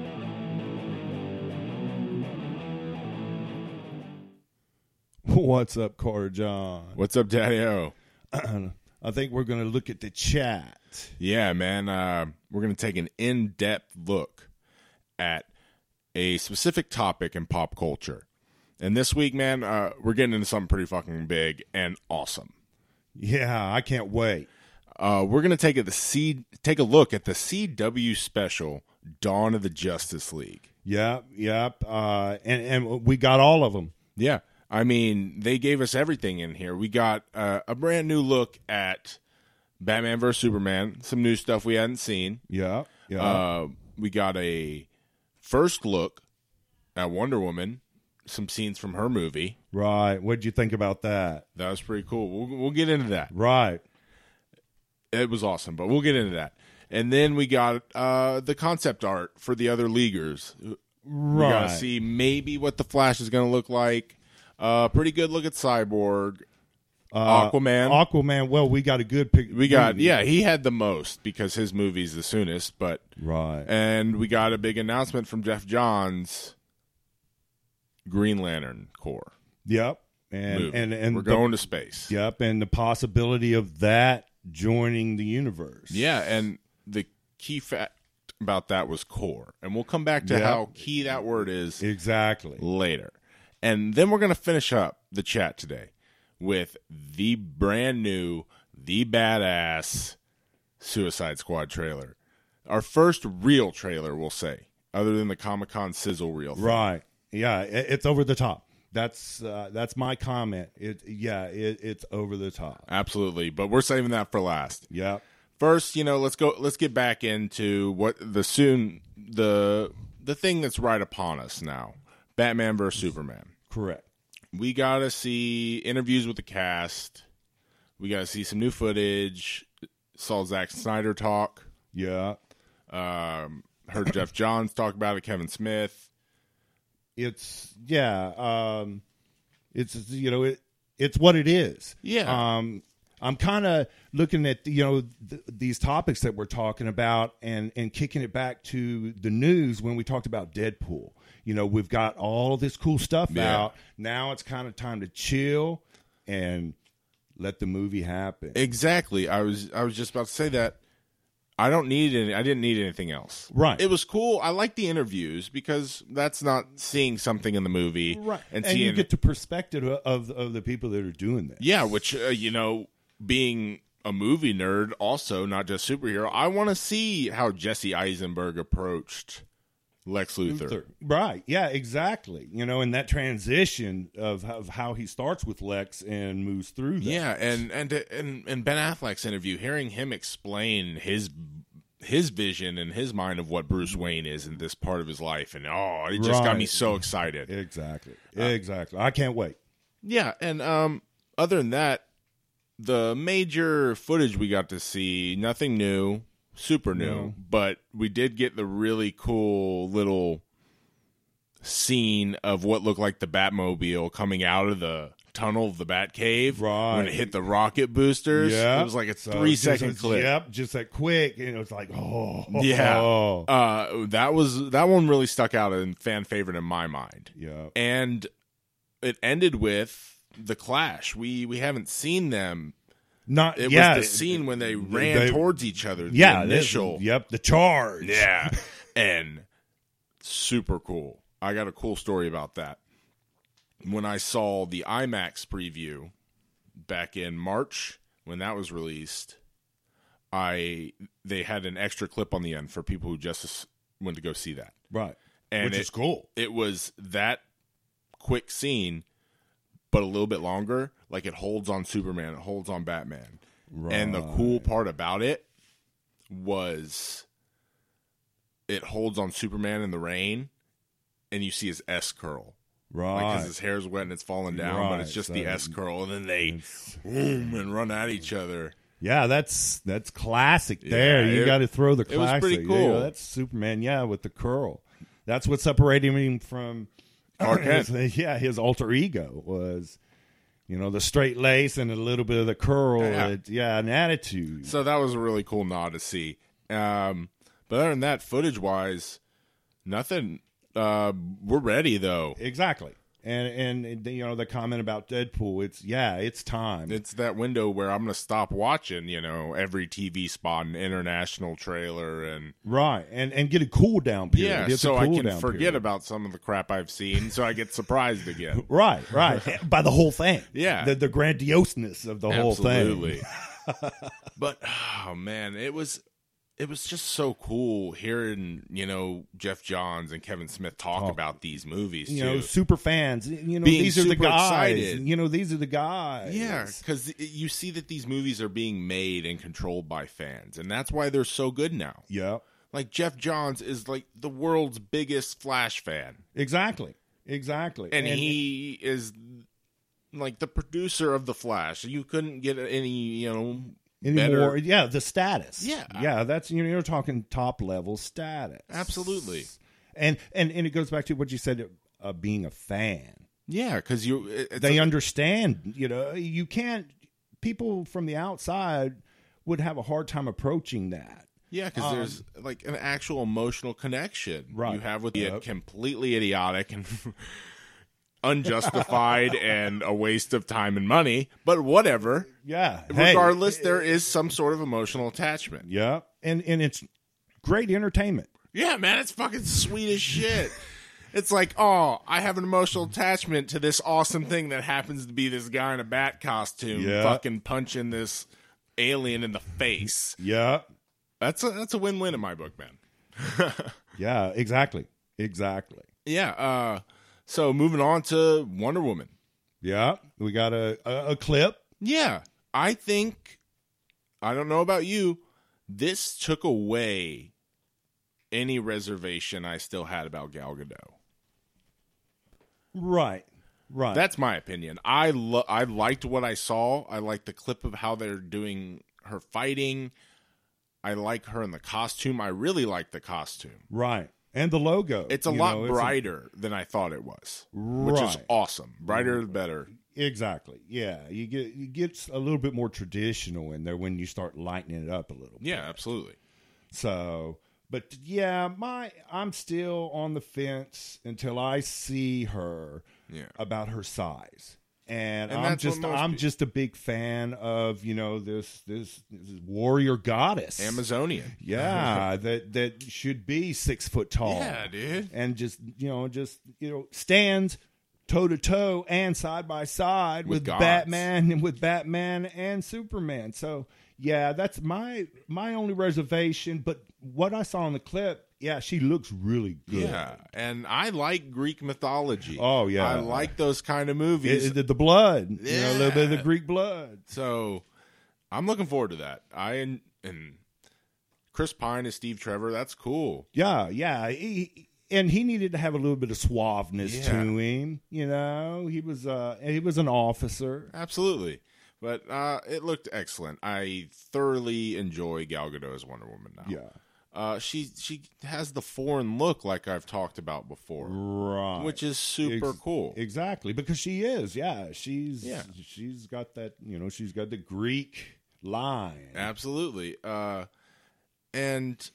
What's up, Car John? What's up, Daddy O? I think we're going to look at the chat. Yeah, man. Uh, we're going to take an in depth look at a specific topic in pop culture. And this week, man, uh, we're getting into something pretty fucking big and awesome. Yeah, I can't wait. Uh, we're going to take a, the C, take a look at the CW special, Dawn of the Justice League. Yep, yep. Uh, and and we got all of them. Yeah. I mean, they gave us everything in here. We got uh, a brand new look at Batman vs. Superman, some new stuff we hadn't seen. Yeah, yeah. Uh, we got a first look at Wonder Woman, some scenes from her movie. right. What'd you think about that? That was pretty cool. We'll, we'll get into that. Right. It was awesome, but we'll get into that. And then we got uh, the concept art for the other leaguers. We Right. gotta see maybe what the Flash is gonna look like. Uh, pretty good look at Cyborg, Uh, Mm. Aquaman. Aquaman. Well, we got a good pic. we got yeah, he had the most because his movie's the soonest. But Right. and we got a big announcement from Jeff Johns, Green Lantern Corps. yep. And movie. and and we're the- going to space. Yep. And the possibility of that joining the universe. Yeah, and the key fact about that was core, and we'll come back to Yeah. how key that word is Exactly. later. And then we're going to finish up the chat today with the brand new, the badass Suicide Squad trailer. Our first real trailer, we'll say, other than the Comic Con sizzle reel. thing. Right. Yeah, it, it's over the top. That's uh, that's my comment. It yeah, it, it's over the top. Absolutely, but we're saving that for last. Yep. first you know let's go let's get back into what the soon the the thing that's right upon us now batman versus superman Correct. we gotta see interviews with the cast we gotta see some new footage saw Zack snyder talk Yeah. um heard jeff johns talk about it kevin smith It's yeah. Um, it's you know it it's what it is. Yeah. Um, I'm kind of looking at you know th- these topics that we're talking about and and kicking it back to the news when we talked about Deadpool. You know, we've got all this cool stuff Yeah. out. Now it's kind of time to chill and let the movie happen. exactly i was i was just about to say that i don't need any i didn't need anything else Right. it was cool i like the interviews because that's not seeing something in the movie right and, and, seeing you get the perspective of of the people that are doing that Yeah, which uh, you know, being a movie nerd, also not just superhero, I want to see how Jesse Eisenberg approached Lex Luthor. right yeah exactly you know and that transition of, of how he starts with lex and moves through that Yeah, and and and and Ben Affleck's interview, hearing him explain his his vision and his mind of what Bruce Wayne is in this part of his life, and oh, it just got me Right. so excited. exactly Uh, exactly i can't wait Yeah, and um, other than that, the major footage we got to see, nothing new, super new, No. but we did get the really cool little scene of what looked like the Batmobile coming out of the tunnel of the Batcave Right. when it hit the rocket boosters. yeah It was like a So three just second a- clip. yep just that quick and it was like oh Yeah. oh. Uh, that was that one really stuck out and fan favorite in my mind. yeah And it ended with the clash. We we haven't seen them not It yeah was the scene when they ran they- towards each other. The yeah this- initial. yep the charge Yeah, and super cool. I got a cool story about that. When I saw the IMAX preview back in March when that was released, I they had an extra clip on the end for people who just went to go see that, right and which it, is cool it was that quick scene, but a little bit longer. Like it holds on Superman, it holds on Batman. And the cool part about it was it holds on Superman in the rain, and you see his S curl. Like, Right. 'cause his hair's wet and it's falling down, but it's Right, just so the S curl, and then they It's- boom and run at each other. Yeah, that's that's classic. there, Yeah, you it- got to throw the it was classic. pretty Yeah, cool. that's Superman. Yeah, with the curl. That's what separated him from Clark Kent. his- yeah, his alter ego was, you know, the straight lace and a little bit of the curl. Yeah. It- yeah an attitude. So that was a really cool nod to see. Um, but other than that, footage wise, nothing. Uh, we're ready though. Exactly. And and you know the comment about Deadpool. It's yeah, it's time. It's that window where I'm gonna stop watching, you know, every TV spot and international trailer, and right, and and get a cool down period. yeah, It's a so I cool can down forget period. about some of the crap I've seen, so I get surprised again. Right, right. By the whole thing. Yeah. The, the grandioseness of the whole thing. Absolutely. but oh man, it was it was just so cool hearing you know Jeff Johns and Kevin Smith talk, Talk. about these movies. You know, too. super fans. You know, Being these are the super guys. excited. You know, these are the guys. Yeah, because you see that these movies are being made and controlled by fans, and that's why they're so good now. Yeah. Like Jeff Johns is like the world's biggest Flash fan, Exactly. Exactly. and, he is like the producer of the Flash. You couldn't get any, you know, better- anymore. Yeah, the status. Yeah. yeah. That's you know you're talking top level status. Absolutely. And and and it goes back to what you said uh, being a fan. yeah, because you it- it's They a- understand. You know, you can't. People from the outside would have a hard time approaching that. yeah, because um, there's like an actual emotional connection Right. you have with the Yep. completely idiotic and. unjustified and a waste of time and money but whatever Yeah. Hey. regardless there is some sort of emotional attachment Yeah. And and it's great entertainment. yeah man it's fucking sweet as shit it's like oh i have an emotional attachment to this awesome thing that happens to be this guy in a bat costume Yeah. fucking punching this alien in the face Yeah. that's a that's a win-win in my book man Yeah. Exactly. Exactly. yeah uh so moving on to wonder woman Yeah. We got a a, a clip. Yeah, I think I don't know about you. This took away any reservation I still had about Gal Gadot. Right. Right. That's my opinion. I lo- I liked what I saw. I liked the clip of how they're doing her fighting. I like her in the costume. I really like the costume. right. And the logo. It's a you lot know, it's a- brighter than I thought it was, which is Right. awesome. Brighter the better. Exactly. Yeah, you get it gets a little bit more traditional in there when you start lightening it up a little. Yeah, absolutely. So, but yeah, my I'm still on the fence until I see her Yeah. about her size. And, And I'm that's what just most I'm peo- just a big fan of, you know, this this, this warrior goddess. Amazonian. Yeah, that that should be 6 foot tall. Yeah, dude. and just you know just you know stands toe to toe and side by side With with, gods. Batman and with Batman and Superman. So yeah, that's my my only reservation. But what I saw in the clip, yeah, she looks really good. Yeah, and I like Greek mythology. Oh, yeah. I like those kind of movies. It- it- the blood, you know, a little bit of the Yeah. Greek blood. so I'm looking forward to that. I and, and Chris Pine is Steve Trevor. That's cool. Yeah, yeah. He, and he needed to have a little bit of suaveness Yeah. to him. You know, he was uh he was an officer. Absolutely. But uh, it looked excellent. I thoroughly enjoy Gal Gadot as Wonder Woman now. Yeah, Uh, she she has the foreign look like I've talked about before, right. which is super Ex- cool. Exactly, because she is. Yeah, she's Yeah. she's got that, you know, she's got the Greek line. Absolutely. Uh, and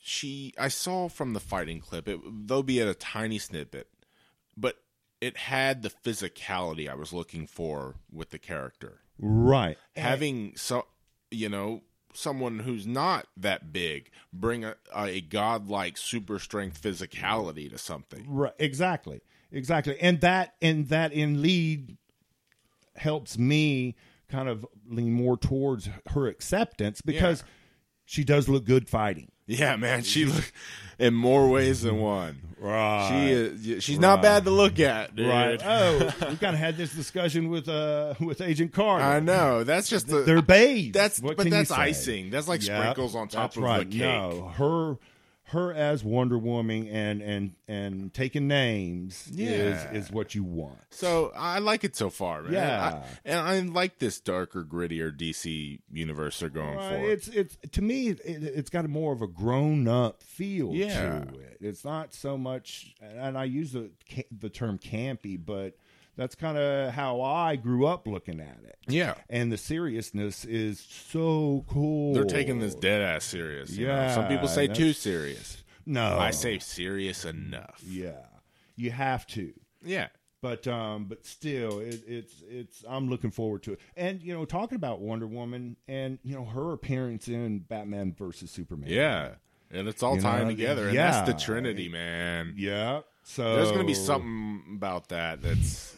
she, I saw from the fighting clip, it, though be at a tiny snippet, but it had the physicality I was looking for with the character. Right. Having so, you know, someone who's not that big bring a, a godlike super strength physicality to something. Right, exactly. Exactly. And that and that in lead helps me kind of lean more towards her acceptance because she does look good fighting. Yeah, man, she look in more ways than one. Right. She is, she's not bad to look at, dude. Right. Oh, we kind of had this discussion with uh with Agent Carter. I know. That's just the They're bathed. That's What but can you that's say? icing. That's like Yeah, sprinkles on top that's of right. the cake. No, her her as Wonder Woman and and and taking names Yeah. is is what you want. So I like it so far, man. Yeah. I- and I like this darker, grittier DC universe they're going Well, for. it's it's to me it, it's got a more of a grown up feel Yeah. to it. It's not so much, and I use the ca- the term campy, but that's kind of how I grew up looking at it. yeah, And the seriousness is so cool. they're taking this dead ass serious. you know? Yeah, some people say that's- too serious. No, I say serious enough. yeah. You have to. Yeah. but um but still it, it's it's i'm looking forward to it and you know talking about wonder woman and you know her appearance in batman versus superman Yeah. And it's all You know, tying I- together. And that's the yeah. Trinity, man. yeah so There's going to be something about that that's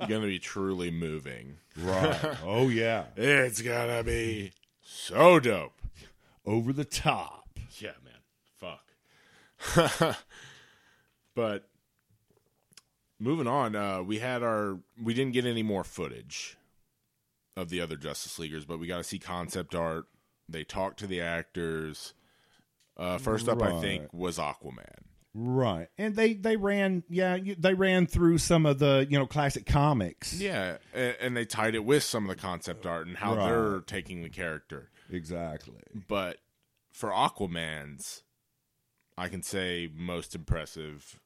going to be truly moving. right oh yeah It's going to be so dope. over the top Yeah, man. Fuck. but moving on, uh, we had our we didn't get any more footage of the other Justice Leaguers, but we got to see concept art. They talked to the actors. Uh, first up, I think Right. was Aquaman. right and they they ran yeah you- they ran through some of the you know classic comics Yeah, a- and they tied it with some of the concept art and how Right. they're taking the character. exactly But for Aquaman's, I can say most impressive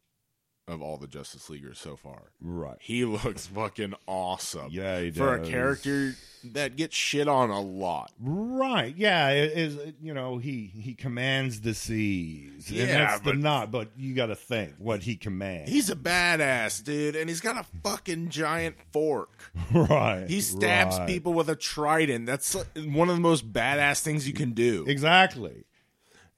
of all the Justice Leaguers so far. right He looks fucking awesome. yeah he for does. a character that gets shit on a lot. Right. Yeah. It is uh, you know he he commands the seas. Yeah, and that's but- the not. But you got to think what he commands. He's a badass dude, and he's got a fucking giant fork. right. He stabs right. people with a trident. That's like, one of the most badass things you can do. Exactly.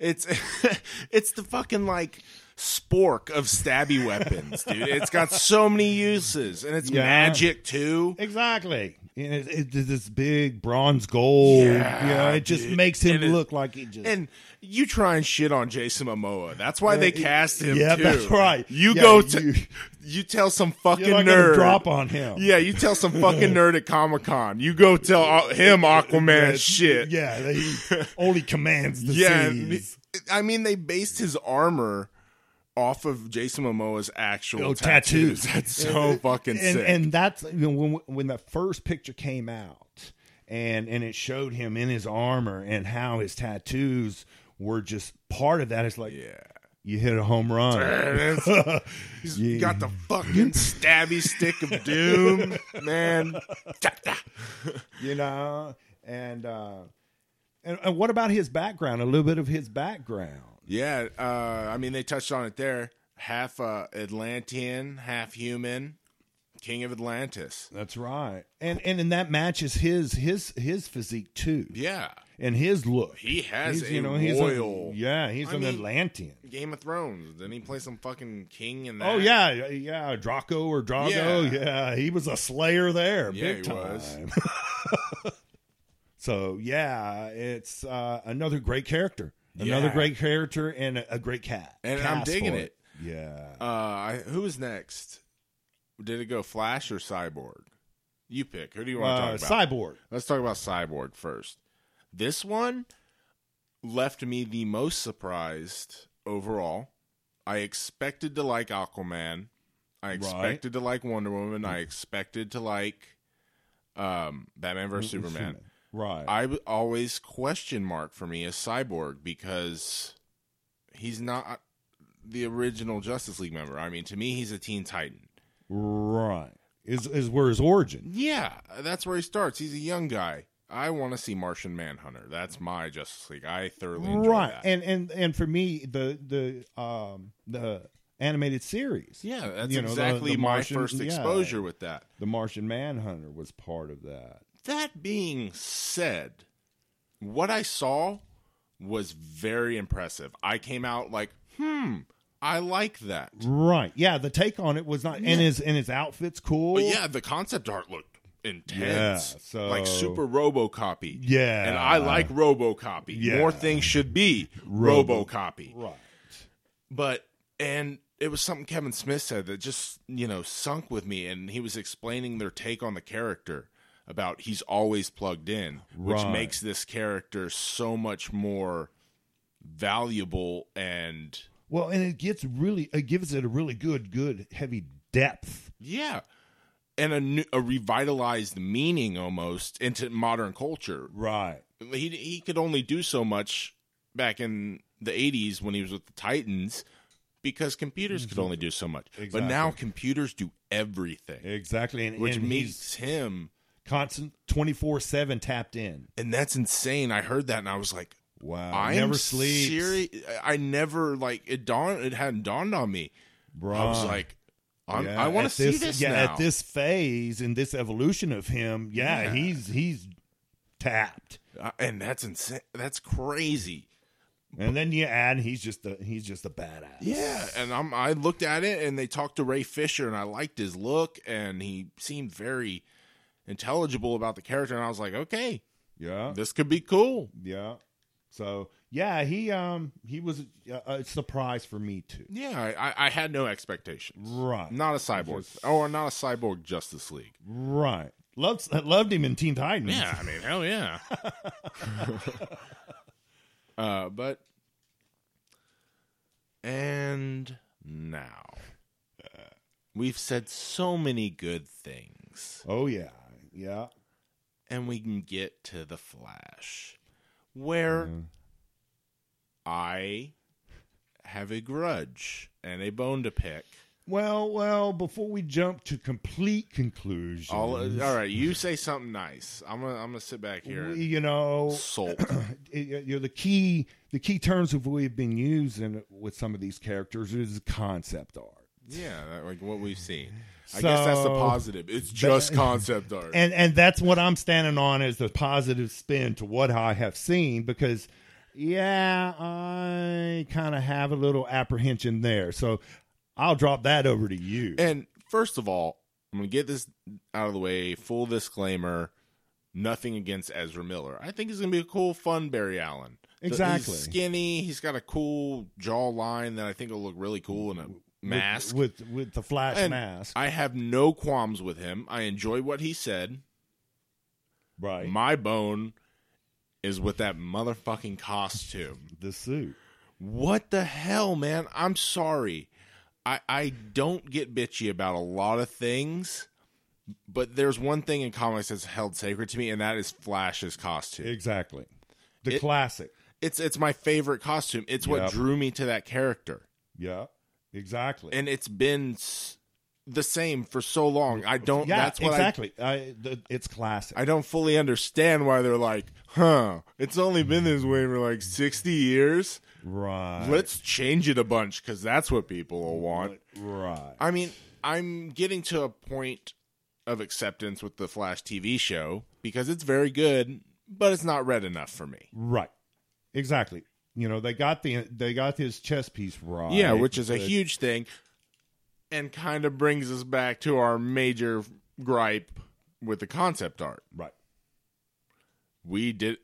It's it's the fucking like spork of stabby weapons, dude. It's got so many uses, and it's Yeah. magic too. Exactly. And it, it, it's this big bronze gold. Yeah, Yeah. You know, it just dude. makes him And it- look like he just. And you try and shit on Jason Momoa. That's why they cast him. yeah, too. that's right. You Yeah, go to you, you- tell some fucking you're not gonna nerd. drop on him. Yeah, you tell some fucking nerd at Comic Con. You go tell uh, him Aquaman shit. Yeah. He only commands the Yeah, and seas. I mean they based his armor off of Jason Momoa's actual Oh, tattoos. tattoos. That's so fucking and, sick. And that's you know, when when the first picture came out, and and it showed him in his armor and how his tattoos were just part of that. It's like yeah. you hit a home run. And it's- he's got the fucking stabby stick of doom, man. you know and uh and, and what about his background a little bit of his background Yeah, uh, I mean they touched on it there. Half uh, Atlantean, half human, king of Atlantis. that's right and and and that matches his his his physique too Yeah, and his look he has he's a you know he's royal. a, yeah he's I an mean- atlantean Game of Thrones. Didn't he play some fucking king in that? Oh yeah, yeah, Draco or Drago, Yeah. yeah, he was a slayer there, Yeah, big he time. was. so yeah, it's uh, another great character, another Yeah. great character, and a, a great cat. And I'm cast digging for it. Yeah, Uh, I, who was next? Did it go Flash or Cyborg? You pick. Who do you want to uh, talk about? cyborg. Let's talk about Cyborg first. This one left me the most surprised overall. I expected to like Aquaman. I expected to like Wonder Woman. I expected to like um, Batman vs Superman. Right. I w- always question mark for me is Cyborg because he's not the original Justice League member. I mean, to me, he's a Teen Titan. right. Is is where his origin. Yeah, that's where he starts. He's a young guy. I want to see Martian Manhunter. That's my Justice League. I thoroughly enjoy Right. that. And and and for me the the um the animated series. yeah, that's you know, the- exactly the my Martian- first yeah. exposure with that. The Martian Manhunter was part of that. That being said, what I saw was very impressive. I came out like, hmm, I like that. Right. Yeah, the take on it was not and his and his outfit's cool. But Oh, yeah, the concept art looked intense. Yeah, so- like super Robocopy. Yeah. And I like Robocopy. Yeah. More things should be Robo- Robocopy. Right. But and it was something Kevin Smith said that just, you know, sunk with me and he was explaining their take on the character about he's always plugged in, which Right. makes this character so much more valuable and Well, and it gets really it gives it a really good, good heavy depth. yeah, and a new, a revitalized meaning almost into modern culture. Right. He he could only do so much back in the 80s when he was with the Titans because computers could only do so much. But now Mm-hmm. Exactly. computers do everything, Exactly. And, which and he's makes him constant twenty four seven tapped in. and that's insane. I heard that and I was like, Wow. I Uh, never sleeps. Seri- I never like it dawned. It hadn't dawned on me. I was Bruh. like, I'm, Yeah, I want to at see this yeah, now. At this phase in this evolution of him, yeah, Yeah. he's he's tapped. Uh, and that's insane. That's crazy. And then you add he's just a he's just a badass. Yeah, and I'm. I looked at it, and they talked to Ray Fisher, and I liked his look, and he seemed very intelligible about the character, and I was like, okay, Yeah. this could be cool. Yeah. So yeah, he um he was a, a surprise for me too. Yeah, I, I- I had no expectations. Right. Not a cyborg, or not a cyborg Justice League. Right. Loved I loved him in Teen Titans. Yeah, I mean, hell yeah. uh, but and now we've said so many good things, Oh yeah. Yeah. and we can get to the Flash, where I have a grudge and a bone to pick. Well, well, before we jump to complete conclusion, All, all right, you say something nice. I'm gonna I'm gonna sit back here. and you know, Salt. it- you know the key the key terms of we've been using with some of these characters is concept art Yeah, that, like what we've seen. I guess that's the So- positive. It's just concept art. and and that's what i'm standing on as the positive spin to what i have seen because yeah i kind of have a little apprehension there so i'll drop that over to you and first of all, I'm going to get this out of the way. Full disclaimer nothing against Ezra Miller. I think he's going to be a cool, fun Barry Allen. The- he's Exactly. skinny. He's got a cool jawline that I think will look really cool in a mask. with with, with the flash And mask I have no qualms with him. I enjoy what he said. right My bone is with that motherfucking costume. the suit What the hell, man? I'm sorry. I I don't get bitchy about a lot of things, but there's one thing in comics that's held sacred to me, and that is Flash's costume. exactly the It- classic it's it's my favorite costume. It's what Yep. drew me to that character, yeah exactly and it's been s- the same for so long. I don't. yeah that's what exactly I, the, it's classic I. I don't fully understand why they're like, huh? It's only been this way for like sixty years. right Let's change it a bunch because that's what people will want. right I mean, I'm getting to a point of acceptance with the Flash TV show because it's very good, but it's not red enough for me. Right. Exactly. You know, they got the they got his chess piece right. Yeah, which is a but- huge thing and kind of brings us back to our major gripe with the concept art. right. We did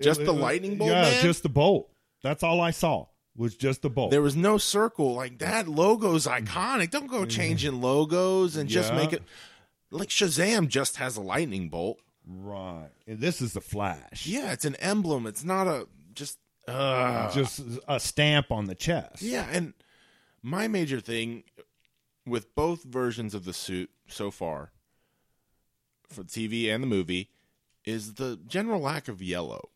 just It- the it- lightning bolt. Yeah, man? just the bolt. That's all I saw was just the bolt. there was no circle. Like that logo's iconic. Don't go changing logos and just Mm-hmm. Yeah. make it like Shazam just has a lightning bolt. right. And this is the flash. Yeah, it's an emblem. It's not a just uh Just a stamp on the chest. yeah, and my major thing with both versions of the suit so far for TV and the movie is the general lack of yellow.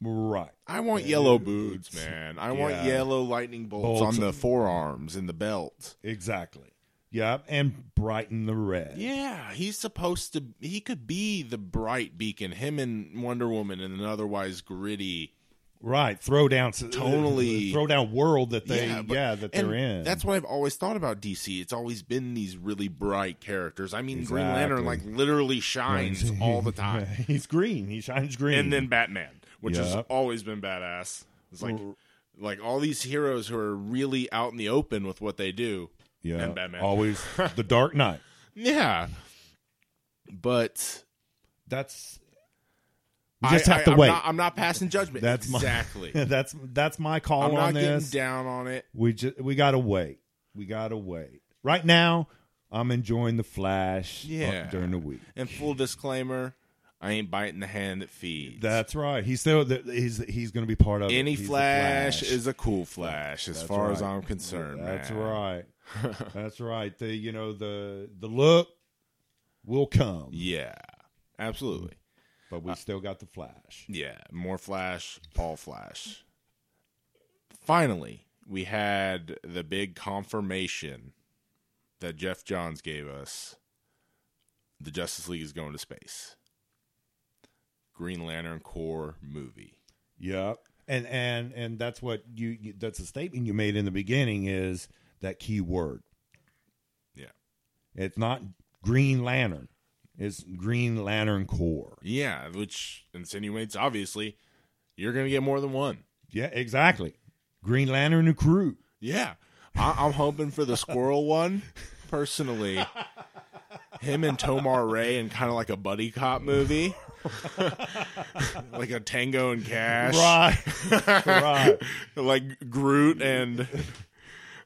Right. I want yellow boots, man. I want Yeah. yellow lightning bolts, Bolts. on the forearms and the belt. Exactly. Yeah, and brighten the red. Yeah, he's supposed to he could be the bright beacon him and Wonder Woman in an otherwise gritty Right. Throw down Tonally. throw down world that they yeah, but- that and they're in. That's what I've always thought about DC. It's always been these really bright characters. I mean, Green Lantern like Exactly. literally shines all the time, He's green. He shines green. and then Batman, which has Yep. always been badass. It's like Mm. like all these heroes who are really out in the open with what they do. yeah, and Batman. always the Dark Knight. Yeah, but That's we just have to am wait. Not, I'm not passing judgment. That's my- exactly. that's that's my call I'm on not getting this. down on it. We just we gotta wait. We gotta wait. Right now, I'm enjoying the Flash. uh, Yeah. during the week. And full disclaimer, I ain't biting the hand that feeds. That's right. He's still that he's he's going to be part of it. Any He's the flash, is a cool flash, as That's far as right. I'm concerned. That's man. right. That's right. The you know the the look will come, Yeah, absolutely. Mm. but we still got the flash. Yeah, more Flash, all Flash. Finally, we had the big confirmation that Jeff Johns gave us. The Justice League is going to space. Green Lantern Corps movie. Yep. And and and that's what you, you that's the statement you made in the beginning is that key word. Yeah. It's not Green Lantern. It's Green Lantern Corps. Yeah, which insinuates obviously you're going to get more than one. Yeah, exactly. Green Lantern and crew. Yeah, I- I'm hoping for the squirrel one personally. Him and Tomar Ray in kind of like a buddy cop movie, like a Tango and Cash, Right. right. like Groot and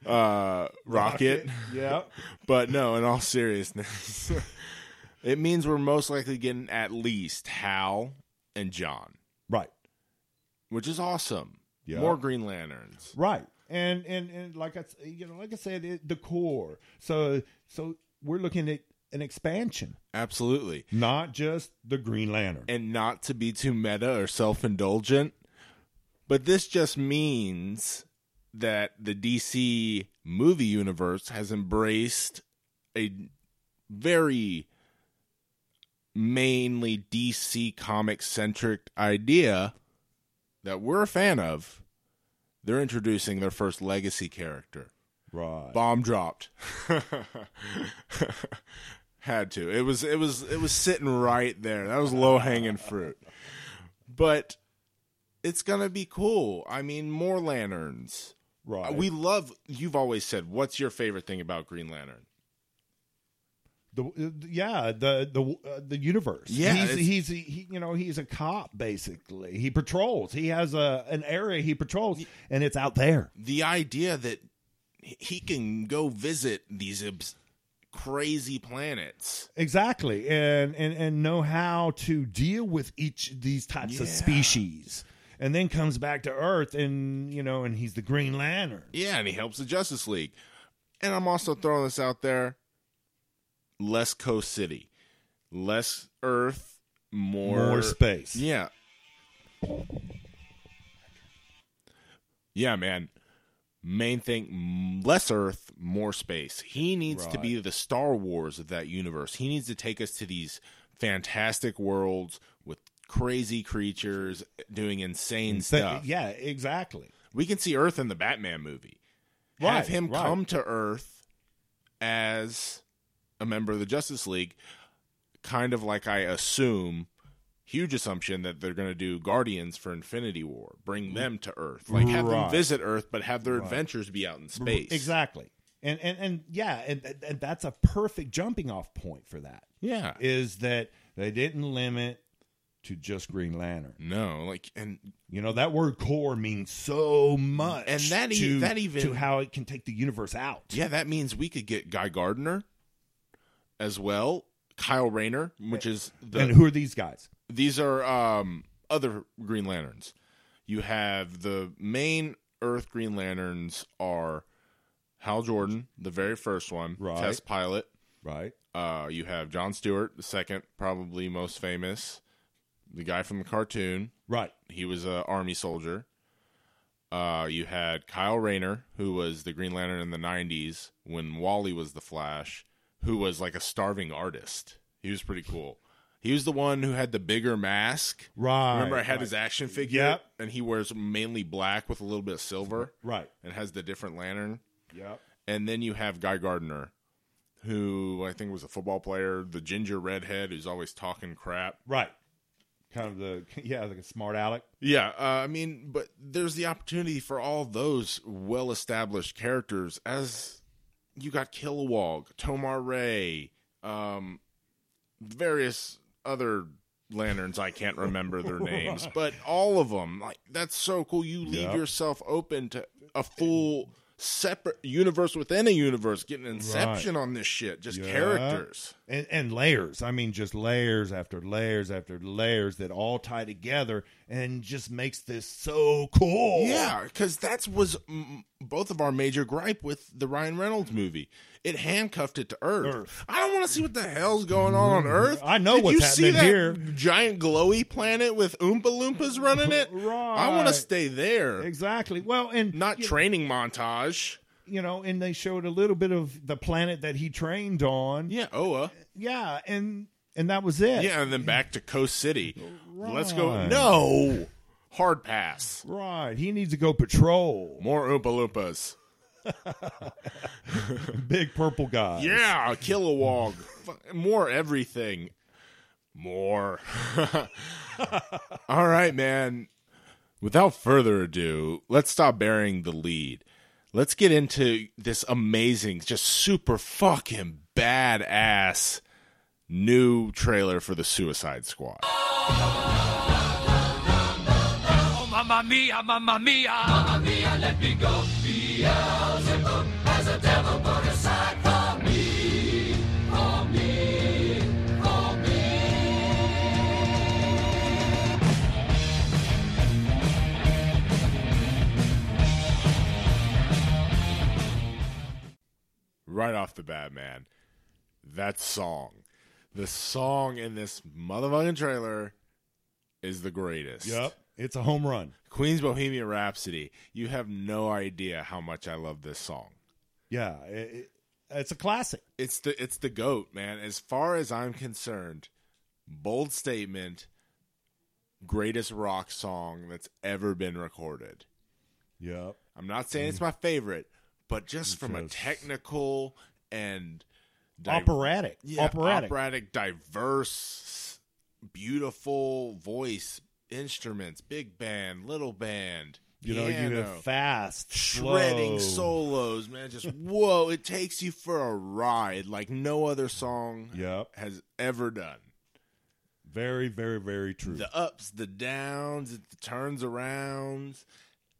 uh, Rocket. Yep. But no, in all seriousness, it means we're most likely getting at least Hal and John, Right. which is awesome. Yeah. More Green Lanterns. Right. And and and like I s- you know like I said it, the core. So so we're looking at an expansion, Absolutely. not just the Green Lantern. and not to be too meta or self indulgent, but this just means that the DC movie universe has embraced a very mainly DC comic centric idea that we're a fan of. They're introducing their first legacy character. Right. Bomb dropped. Had to. It was it was it was sitting right there. That was low hanging fruit. But it's gonna be cool. I mean, more lanterns. Right. We love. You've always said, "What's your favorite thing about Green Lantern?" the uh, yeah the the uh, the universe Yeah, he's it's- he's he, you know he's a cop basically he patrols he has a an area he patrols and it's out there The idea that he- he can go visit these obs- crazy planets. exactly and and and know how to deal with each of these types of Yeah. species and then comes back to earth and you know and he's the green lantern Yeah, and he helps the Justice League. And I'm also throwing this out there less Coast City, less Earth, more, more space Yeah. Yeah, man. Main thing m- less Earth, more space. He needs to Right. be the Star Wars of that universe. He needs to take us to these fantastic worlds with crazy creatures doing insane But- stuff. yeah exactly We can see Earth in the Batman movie. Have Right, him right. come to Earth as a member of the Justice League, kind of like I assume, huge assumption that they're going to do Guardians for Infinity War, bring them to Earth, like have them Mm. Right. visit Earth, but have their adventures be out in space. exactly and and and yeah and, and that's a perfect jumping off point for that Yeah. is that they didn't limit to just Green Lantern. no, like, and You know that word "core" means so much, And that e- to, that even- to how it can take the universe out. yeah, that means we could get Guy Gardner as well, Kyle Rayner, which is the and who are these guys? these are um, other Green Lanterns. You have the main Earth Green Lanterns are Hal Jordan, the very first one, Right. test pilot. Right, Uh, you have John Stewart, the second, probably most famous, the guy from the cartoon. right, He was an army soldier. Uh, you had Kyle Rayner, who was the Green Lantern in the '90s when Wally was the Flash, who was like a starving artist. He was pretty cool. He was the one who had the bigger mask. right. Remember, I had right, his action figure, Yep. and he wears mainly black with a little bit of silver, right. and has the different lantern. Yep. And then you have Guy Gardner, who I think was a football player, the ginger redhead who's always talking crap. Right. Kind of the yeah, like a smart aleck. Yeah, uh, I mean, but there's the opportunity for all those well-established characters. As you got Kilowog, Tomar Ray, um, various other lanterns. I can't remember their names, but all of them. Like that's so cool. You leave Yep. yourself open to a full separate universe within a universe, getting inception on this shit. Just Yeah. characters. and, and layers. I mean, just layers after layers after layers that all tie together and just makes this so cool. Yeah, because that was mm, both of our major gripe with the Ryan Reynolds movie. It handcuffed it to Earth. Earth. Mm-hmm. I don't want to see what the hell's going on on Earth. I know Did what's you see happening that here. Giant glowy planet with Oompa Loompas running it. I want to Right. stay there. exactly. Well, and Not training montage. you know, and they showed a little bit of the planet that he trained on. Yeah, Oa. Yeah, and and that was it. Oh, uh, Yeah, and then back to Coast City. Let's go. Right. No, hard pass. Right. He needs to go patrol. More Oompa Loompas. Big purple guy. Yeah, Kilowog. Fuck, More everything. More. All right, man. Without further ado, let's stop burying the lead. Let's get into this amazing, just super fucking badass new trailer for the Suicide Squad. Oh, mamma mia, mamma mia. Mamma mia, let me go. Beelzebub has a devil put aside for me. For me. For me. right off the bat, man. That song. The song in this motherfucking trailer is the greatest. Yep. It's a home run. Queen's Bohemian Rhapsody. You have no idea how much I love this song. Yeah. it- it- it's a classic. It's the it's the goat, man. As far as I'm concerned, bold statement, greatest rock song that's ever been recorded. Yep. I'm not saying Mm. it's my favorite, but just from a Just- technical and operatic. yeah, operatic. diverse, beautiful voice, instruments, big band, little band, you know, you piano, know, fast, shredding slow. solos, man. Just whoa, it takes you for a ride like no other song Yep. has ever done. Very, very, very true. The ups, the downs, it turns around,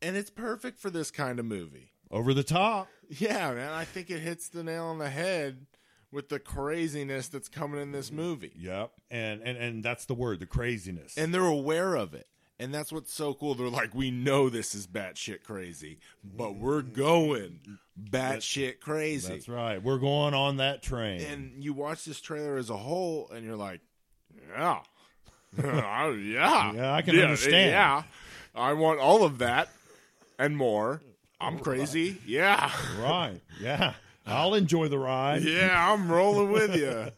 and it's perfect for this kind of movie. Over the top. Yeah, man, I think it hits the nail on the head with the craziness that's coming in Mm-hmm. this movie. Yep. And and and that's the word, the craziness. and they're aware of it. And that's what's so cool. They're like, we know this is batshit crazy, but we're going batshit crazy. Mm-hmm. that's right. We're going on that train. And you watch this trailer as a whole, and you're like, yeah, Oh, yeah, Yeah, I can understand. Yeah, I want all of that and more. I'm crazy. Yeah, right. Yeah. I'll enjoy the ride. yeah, I'm rolling with you.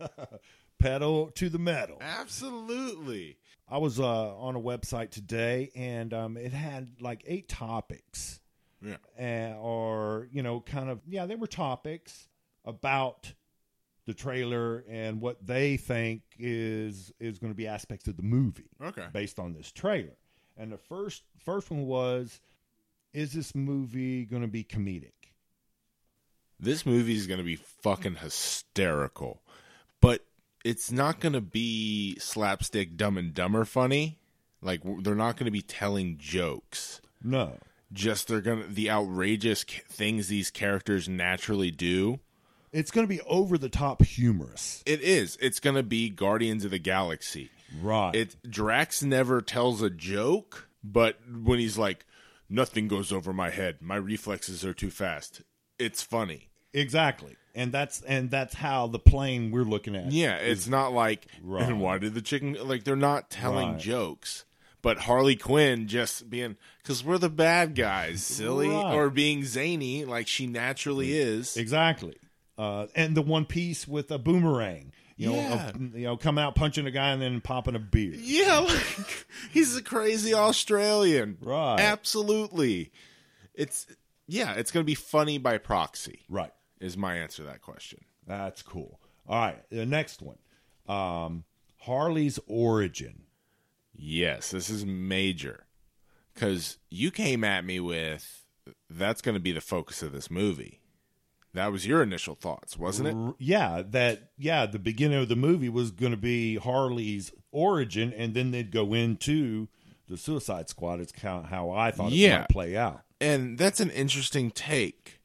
Pedal to the metal. Absolutely. I was uh, on a website today, and um, it had like eight topics, Yeah. uh, or you know, kind of yeah, they were topics about the trailer and what they think is is going to be aspects of the movie Okay. based on this trailer. And the first first one was, is this movie going to be comedic? this movie is going to be fucking hysterical, but it's not going to be slapstick Dumb and Dumber funny. Like w- they're not going to be telling jokes. No, Just they're going to the outrageous ca- things these characters naturally do. it's going to be over the top humorous, It is. It's going to be Guardians of the Galaxy. right? It Drax never tells a joke, but when he's like, "Nothing goes over my head. My reflexes are too fast." It's funny. exactly, and that's and that's how the plane we're looking at. Yeah, it's not like Right. and why did the chicken like they're not telling Right. jokes. But Harley Quinn just being cuz we're the bad guys, silly Right. or being zany like she naturally is. Exactly. Uh, and the one piece with a boomerang. You know, Yeah. a- you know, coming out punching a guy and then popping a beer. Yeah, like he's a crazy Australian. Right. Absolutely. It's yeah, it's going to be funny by proxy. Right. Is my answer to that question. That's cool. All right. The next one. Um, Harley's origin. Yes, this is major. Because you came at me with that's going to be the focus of this movie. That was your initial thoughts, wasn't it? R- yeah, that yeah, the beginning of the movie was going to be Harley's origin and then they'd go into the Suicide Squad. It's kind of how I thought it Yeah. would play out. And that's an interesting take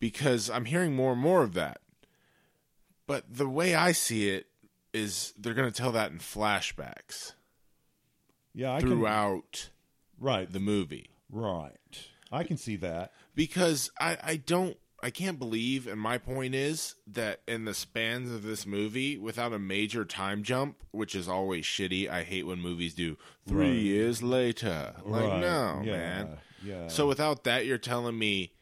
because I'm hearing more and more of that. But the way I see it is they're going to tell that in flashbacks Yeah, I can. throughout Right, the movie. right. I can see that. because I, I don't I can't believe and my point is that in the spans of this movie without a major time jump, which is always shitty. I hate when movies do three Right. years later. Right. Like no, Yeah, man. yeah. So without that you're telling me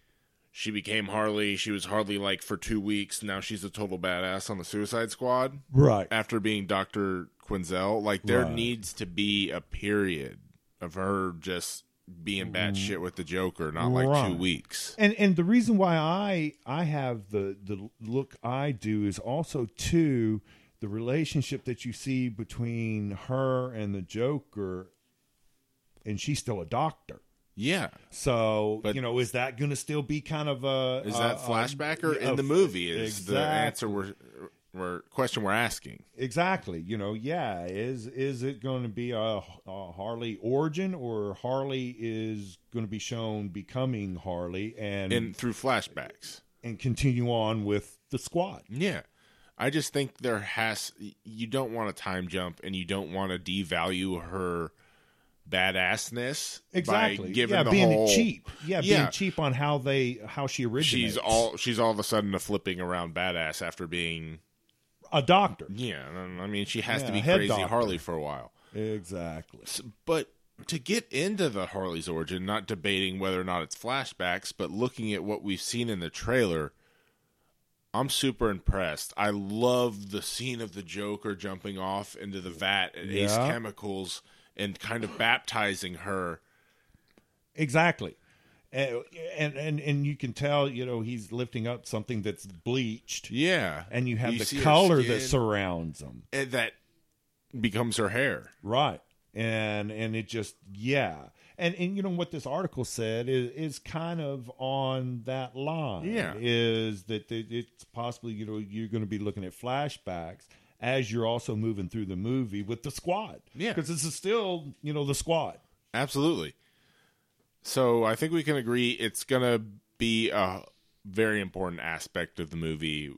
she became Harley, she was Harley like for two weeks, now she's a total badass on the Suicide Squad Right. after being Dr. Quinzel. Like there Right. needs to be a period of her just being batshit with the Joker, not like two Mm-hmm. Right. weeks. and and the reason why I I have the the look I do is also too the relationship that you see between her and the Joker, and she's still a doctor. Yeah. So But- you know, is that going to still be kind of a Is that a- a- flashback or a- in the movie is the Uh, exact- answer we're, we're question we're asking. Exactly. You know, yeah. Is is it going to be a, a Harley origin, or Harley is going to be shown becoming Harley and And through flashbacks. and continue on with the squad? Yeah. I just think there has you don't want a time jump and you don't want to devalue her badassness Exactly. by giving yeah, the being whole cheap. Yeah, Yeah. being cheap on how they how she originates. she's all she's all of a sudden a flipping around badass after being a doctor. Yeah, I mean, she has Yeah, to be head crazy doctor. Harley for a while. Exactly. S- But to get into the Harley's origin, not debating whether or not it's flashbacks, but looking at what we've seen in the trailer, I'm super impressed. I love the scene of the Joker jumping off into the vat at Ace Yeah. Chemicals and kind of baptizing her. Exactly. And, and and and you can tell, you know, he's lifting up something that's bleached, Yeah, and you have see the her color that skin, surrounds them. and that becomes her hair. Right. And and it just yeah. And and you know what this article said is is kind of on that line. Yeah. Is that th- it's possibly, you know, you're gonna be looking at flashbacks as you're also moving through the movie with the squad. Yeah. Because this is still, you know, the squad. Absolutely. So I think we can agree it's going to be a very important aspect of the movie,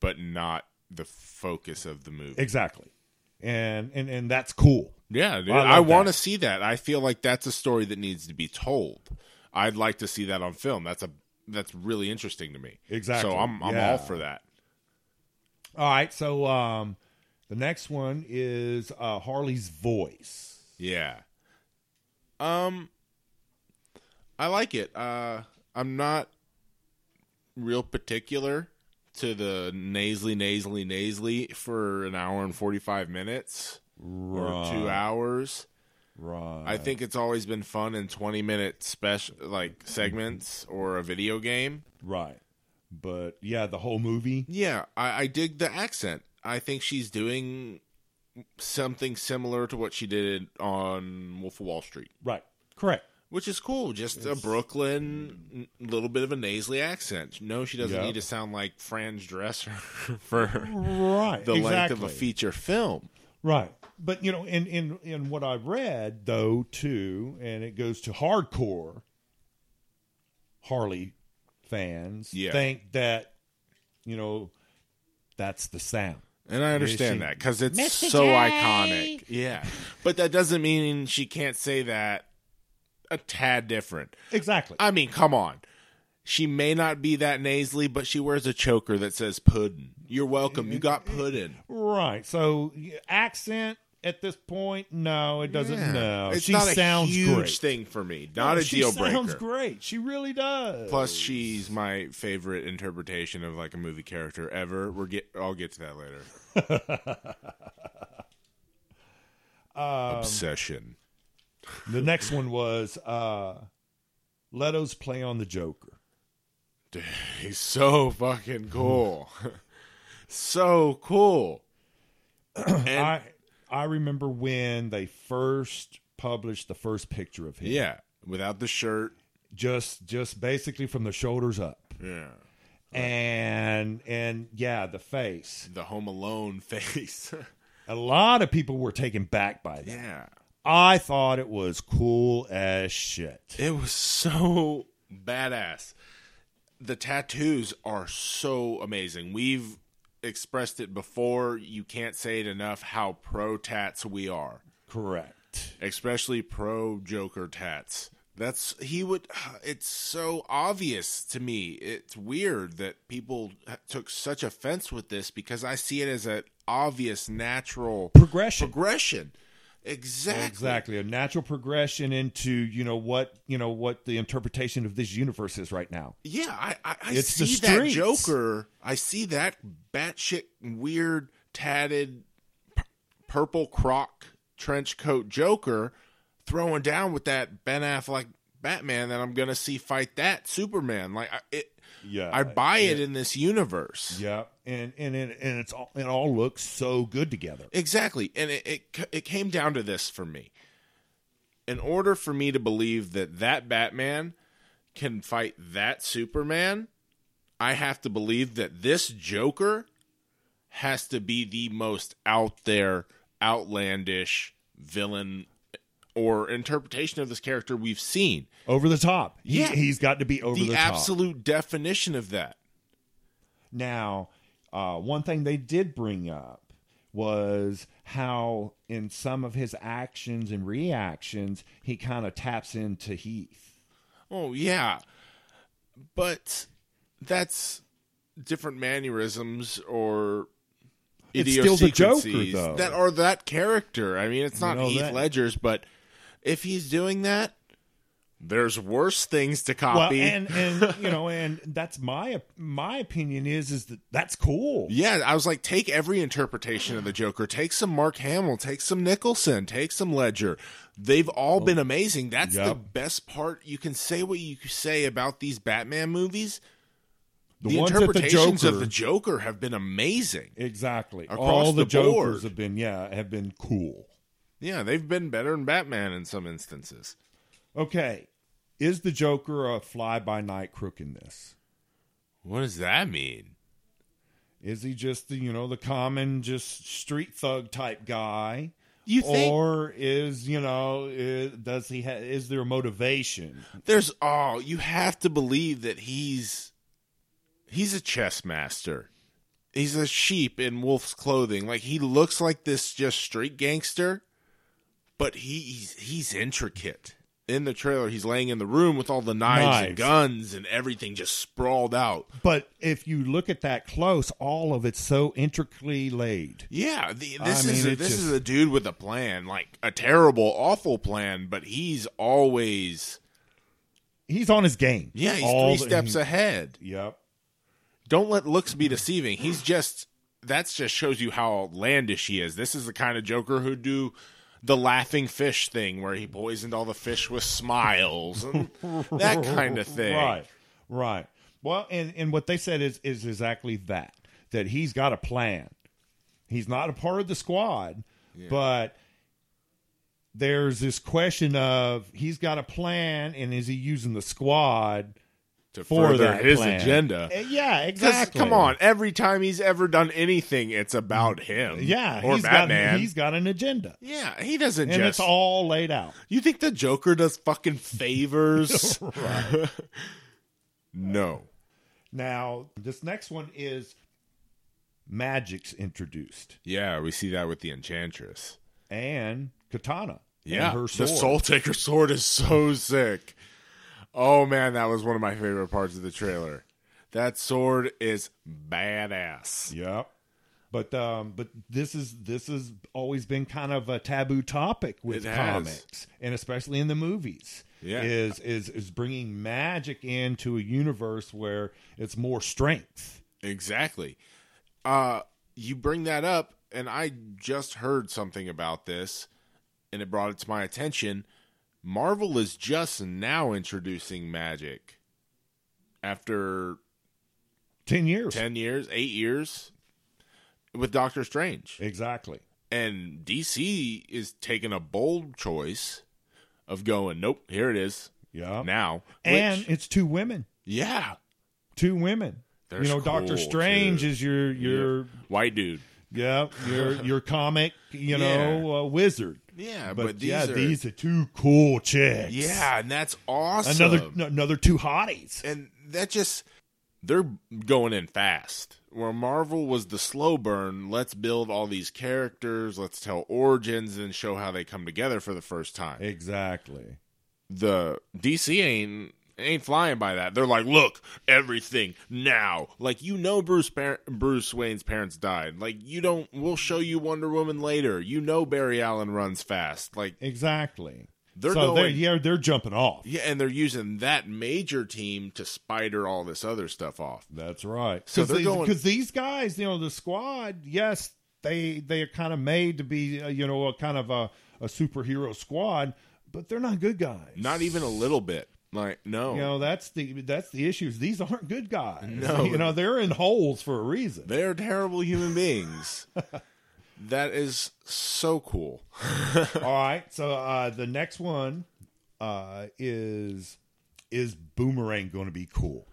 but not the focus of the movie. Exactly. And and and that's cool. yeah, dude, I love I, want to that. see that. I feel like that's a story that needs to be told. I'd like to see that on film. That's a that's really interesting to me. Exactly, So I'm I'm yeah. all for that. All right, so um the next one is uh Harley's voice. Yeah. Um I like it. Uh I'm not real particular to the nasally nasally nasally for an hour and 45 minutes or 2 hours. Right. I think it's always been fun in 20 minute special like segments or a video game. Right. But yeah, the whole movie. Yeah, I, I dig the accent. I think she's doing something similar to what she did on Wolf of Wall Street. Right. Correct. which is cool. Just a Brooklyn, n- little bit of a nasally accent. No, she doesn't Yeah. need to sound like Franz Dresser for Right. the exactly. length of a feature film. Right. But you know, in in in what I read though too, and it goes to hardcore Harley fans Yeah. think that you know that's the sound. And I understand she- that because it's so iconic. Yeah, but that doesn't mean she can't say that a tad different. Exactly. I mean, come on. She may not be that nasally, but she wears a choker that says "puddin." You're welcome. You got puddin. right. So y- accent at this point, no, it doesn't. Yeah. No, it's she not a sounds huge great. thing for me. Not a she deal breaker. sounds great. She really does. Plus, she's my favorite interpretation of like a movie character ever. We're get I'll get to that later. Obsession. The next one was uh, Leto's play on the Joker. Dude, he's so fucking cool. so cool. And- I I remember when they first published the first picture of him. Yeah, without the shirt. Just just basically from the shoulders up. Yeah, And and yeah, the face. the Home Alone face. A lot of people were taken back by that. yeah, I thought it was cool as shit. it was so badass. the tattoos are so amazing. We've expressed it before. You can't say it enough how pro tats we are, Correct. especially pro Joker tats. That's he would. It's so obvious to me. It's weird that people took such offense with this because I see it as an obvious, natural Progression. progression. Exactly. Exactly. A natural progression into, you know, what you know what the interpretation of this universe is right now. Yeah, I, I, I It's the see that streets. Joker. I see that batshit weird tatted p- purple croc trench coat Joker throwing down with that Ben Affleck Batman that I'm gonna see fight that Superman. Like I, it, Uh, Yeah. I buy it in this universe. Yeah. And and and, and it's all it all looks so good together. Exactly, and it, it c- it came down to this for me. In order for me to believe that that Batman can fight that Superman, I have to believe that this Joker has to be the most out there, outlandish villain or interpretation of this character we've seen. Over the top. He, Yeah. He's got to be over the, the top. absolute definition of that. Now, uh, one thing they did bring up was how in some of his actions and reactions he kind of taps into Heath. Oh yeah, but that's different mannerisms or It's still the Joker, idiosyncrasies though. that are that character. I mean, it's not know Heath that. Ledger's, but if he's doing that, there's worse things to copy. Well, and and you know, and that's my my opinion is is that that's cool. yeah, I was like, take every interpretation of the Joker. Take some Mark Hamill. Take some Nicholson. Take some Ledger. They've all Oh, been amazing. That's the Yep. best part. You can say what you say about these Batman movies. The, the ones that the interpretations Joker of the Joker have been amazing. exactly across all the, the Jokers board. have been yeah have been cool. Yeah, they've been better than Batman in some instances. Okay, is the Joker a fly by night crook in this? What does that mean? Is he just the you know the common just street thug type guy? You think or is you know is, does he ha- is there a motivation there's oh, you have to believe that he's he's a chess master. He's a sheep in wolf's clothing. Like he looks like this just straight gangster, but he, he's he's intricate. In the trailer, he's laying in the room with all the knives, and Knives. guns and everything just sprawled out. but if you look at that close all of it's so intricately laid Yeah, the, I this is mean, a, it this just- is a dude with a plan, like a terrible, awful plan, but he's always he's on his game yeah, he's All three the- steps ahead. yep Don't let looks be deceiving. He's just that's just shows you how outlandish he is. This is the kind of Joker who do the laughing fish thing, where he poisoned all the fish with smiles and that kind of thing. right right well and and what they said is is exactly that that he's got a plan he's not a part of the squad but there's this question of he's got a plan and is he using the squad To for further that his plan. agenda. Uh, Yeah, 'Cause, exactly. Come on, every time he's ever done anything, it's about him. Yeah, or he's Batman. Got, he's got an agenda, yeah, he doesn't and just it's all laid out. You think the Joker does fucking favors? no. Now, this next one is magic's introduced Yeah, we see that with the Enchantress. and katana. and Yeah, her the sword. Soul Taker sword is so sick. Oh man, that was one of my favorite parts of the trailer. That sword is badass. Yep. But um, but this is this has always been kind of a taboo topic with It has. comics, and especially in the movies. Yeah. is is is bringing magic into a universe where it's more strength. Exactly. Uh, you bring that up, and I just heard something about this, and it brought it to my attention. Marvel is just now introducing magic after Ten years, 10 years, 8 years with Doctor Strange. exactly. And DC is taking a bold choice of going, nope, here it is Yeah, now. Which- and it's two women. yeah, Two women. That's you know, Doctor cool, Strange too. is your your white dude. yeah, your your comic. You know, uh, wizard. Yeah, But, but, these yeah, are these are two cool chicks. Yeah, and that's awesome. another another two hotties. and that just they're going in fast. Where Marvel was the slow burn, let's build all these characters, let's tell origins and show how they come together for the first time. Exactly. The DC ain't ain't flying by that. They're like, "Look, everything now." Like you know Bruce par- Bruce Wayne's parents died. Like you don't we'll show you Wonder Woman later. You know Barry Allen runs fast. Like Exactly. they're so going they're, yeah, they're jumping off. yeah, and they're using that major team to spider all this other stuff off. That's right. So Because they're these, going- 'cause these guys, you know, the squad. Yes, they they are kind of made to be, uh, you know, a kind of a, a superhero squad, but they're not good guys. Not even a little bit. Like no. You know, that's the that's the issues. These aren't good guys. No. you know, they're in holes for a reason. They're terrible human beings. that is so cool. All right. So uh, the next one uh, is is Boomerang going to be cool,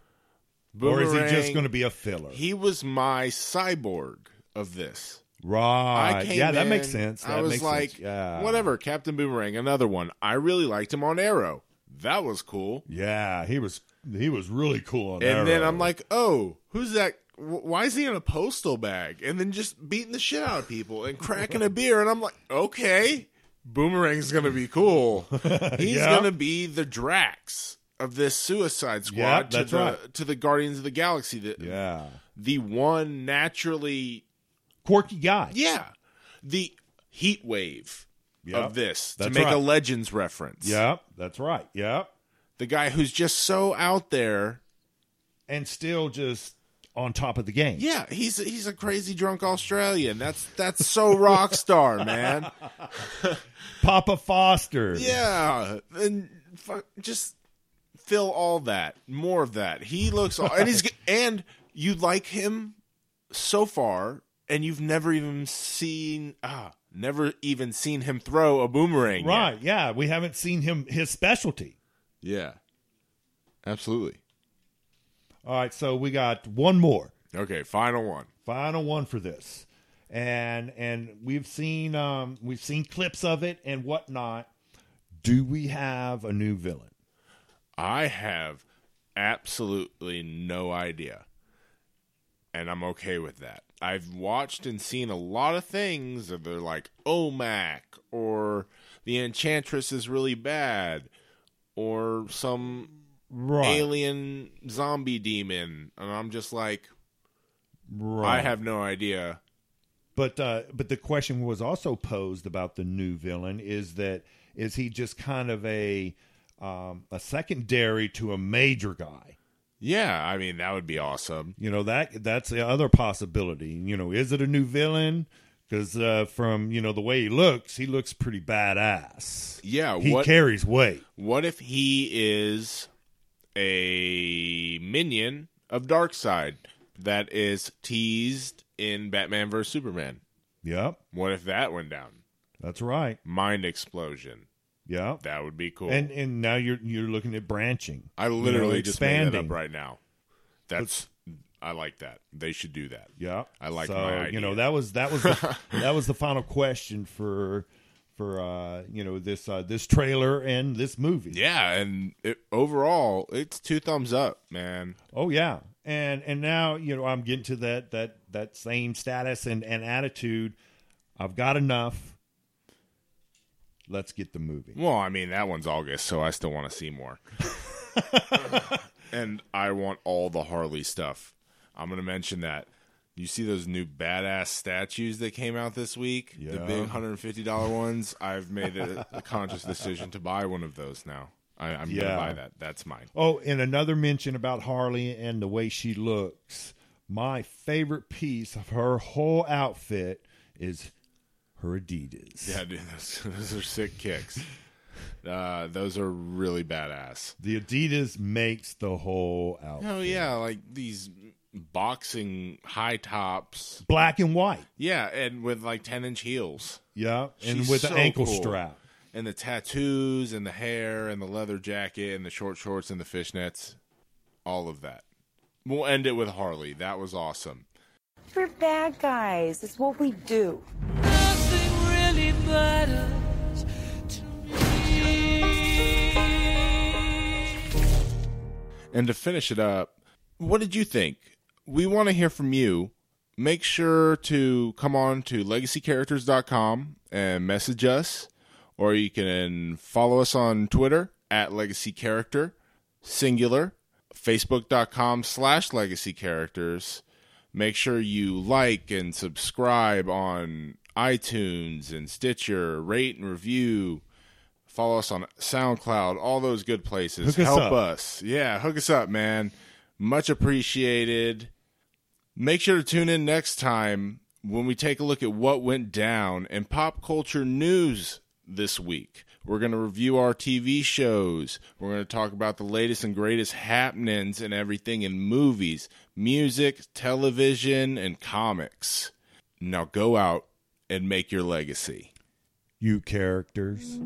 or is he just Boomerang, going to be a filler? He was my cyborg of this. right. I came Uh, yeah, that in, makes sense. I That was makes like, sense. Yeah. whatever, Captain Boomerang, another one. I really liked him on Arrow. That was cool. Yeah, he was he was really cool. On And then Arrow. I'm like, oh, who's that? wh- Why is he in a postal bag? And then just beating the shit out of people and cracking a beer. And I'm like, okay, Boomerang's going to be cool. He's Yeah. going to be the Drax of this Suicide Squad Yeah, to, that's the, right. to the Guardians of the Galaxy. The, yeah, the one naturally, quirky guy. yeah, the heat wave Yeah. of this to That's make right. a Legends reference. Yep, that's right. Yep, The guy who's just so out there. and still just on top of the game. Yeah, he's he's a crazy drunk Australian. That's that's so rock star, man. Papa Foster. Yeah, and fu- just fill all that, more of that. He looks all, and he's g- and you like him so far, and you've never even seen ah, never even seen him throw a boomerang. yet. Right. Yeah, we haven't seen him his specialty. Yeah. Absolutely. All right, so we got one more. Okay. Final one. final one for this and and we've seen um we've seen clips of it and whatnot do we have a new villain I have absolutely no idea. And I'm okay with that. I've watched and seen a lot of things that they're like OMAC or the Enchantress is really bad or some right alien zombie demon. And I'm just like, right I have no idea. but uh but the question was also posed about the new villain is that is he just kind of a um a secondary to a major guy Yeah, I mean, that would be awesome. You know that that's the other possibility. You know, is it a new villain? Because uh, from you know the way he looks, he looks pretty badass. Yeah, he what- carries weight. What if he is a minion of Darkseid that is teased in Batman vs Superman? Yep, What if that went down? that's right. Mind explosion. Yep. That would be cool. And and now you're you're looking at branching. I you know, literally just made that up expanding. right now. That's I like that. They should do that. Yep. I like so, my You know idea. that was that was the, that was the final question for for uh you know this uh this trailer and this movie. Yeah, and it, overall, it's two thumbs up, man. Oh yeah, and and now you know I'm getting to that that that same status and and attitude. I've got enough. Let's get the movie. Well, I mean, that one's August, so I still want to see more. and I want all the Harley stuff. I'm going to mention that. You see those new badass statues that came out this week? The Yeah. big $150 ones? I've made a, a conscious decision to buy one of those now. I, I'm going to Yeah. buy that. That's mine. Oh, and another mention about Harley and the way she looks. My favorite piece of her whole outfit is her Adidas. Yeah, dude, those, those are sick kicks. Uh, those are really badass. The Adidas makes the whole outfit. Oh, yeah, like these boxing high tops. Black and white. Yeah, and with like 10 inch heels. Yeah, and She's with so the ankle cool. strap. and the tattoos and the hair and the leather jacket and the short shorts and the fishnets, all of that. We'll end it with Harley. That was awesome. We're bad guys. It's what we do. Nothing really matters to me. And to finish it up, what did you think? We want to hear from you. Make sure to come on to legacycharacters.com and message us, or you can follow us on Twitter at legacycharacter, singular, facebook.com slash legacycharacters. Make sure you like and subscribe on iTunes and Stitcher, rate and review. Follow us on SoundCloud, all those good places. Hook us Help up. us. Yeah, hook us up, man. Much appreciated. Make sure to tune in next time when we take a look at what went down in pop culture news this week. We're going to review our TV shows. We're going to talk about the latest and greatest happenings and everything in movies, music, television, and comics. Now go out and make your legacy. You characters.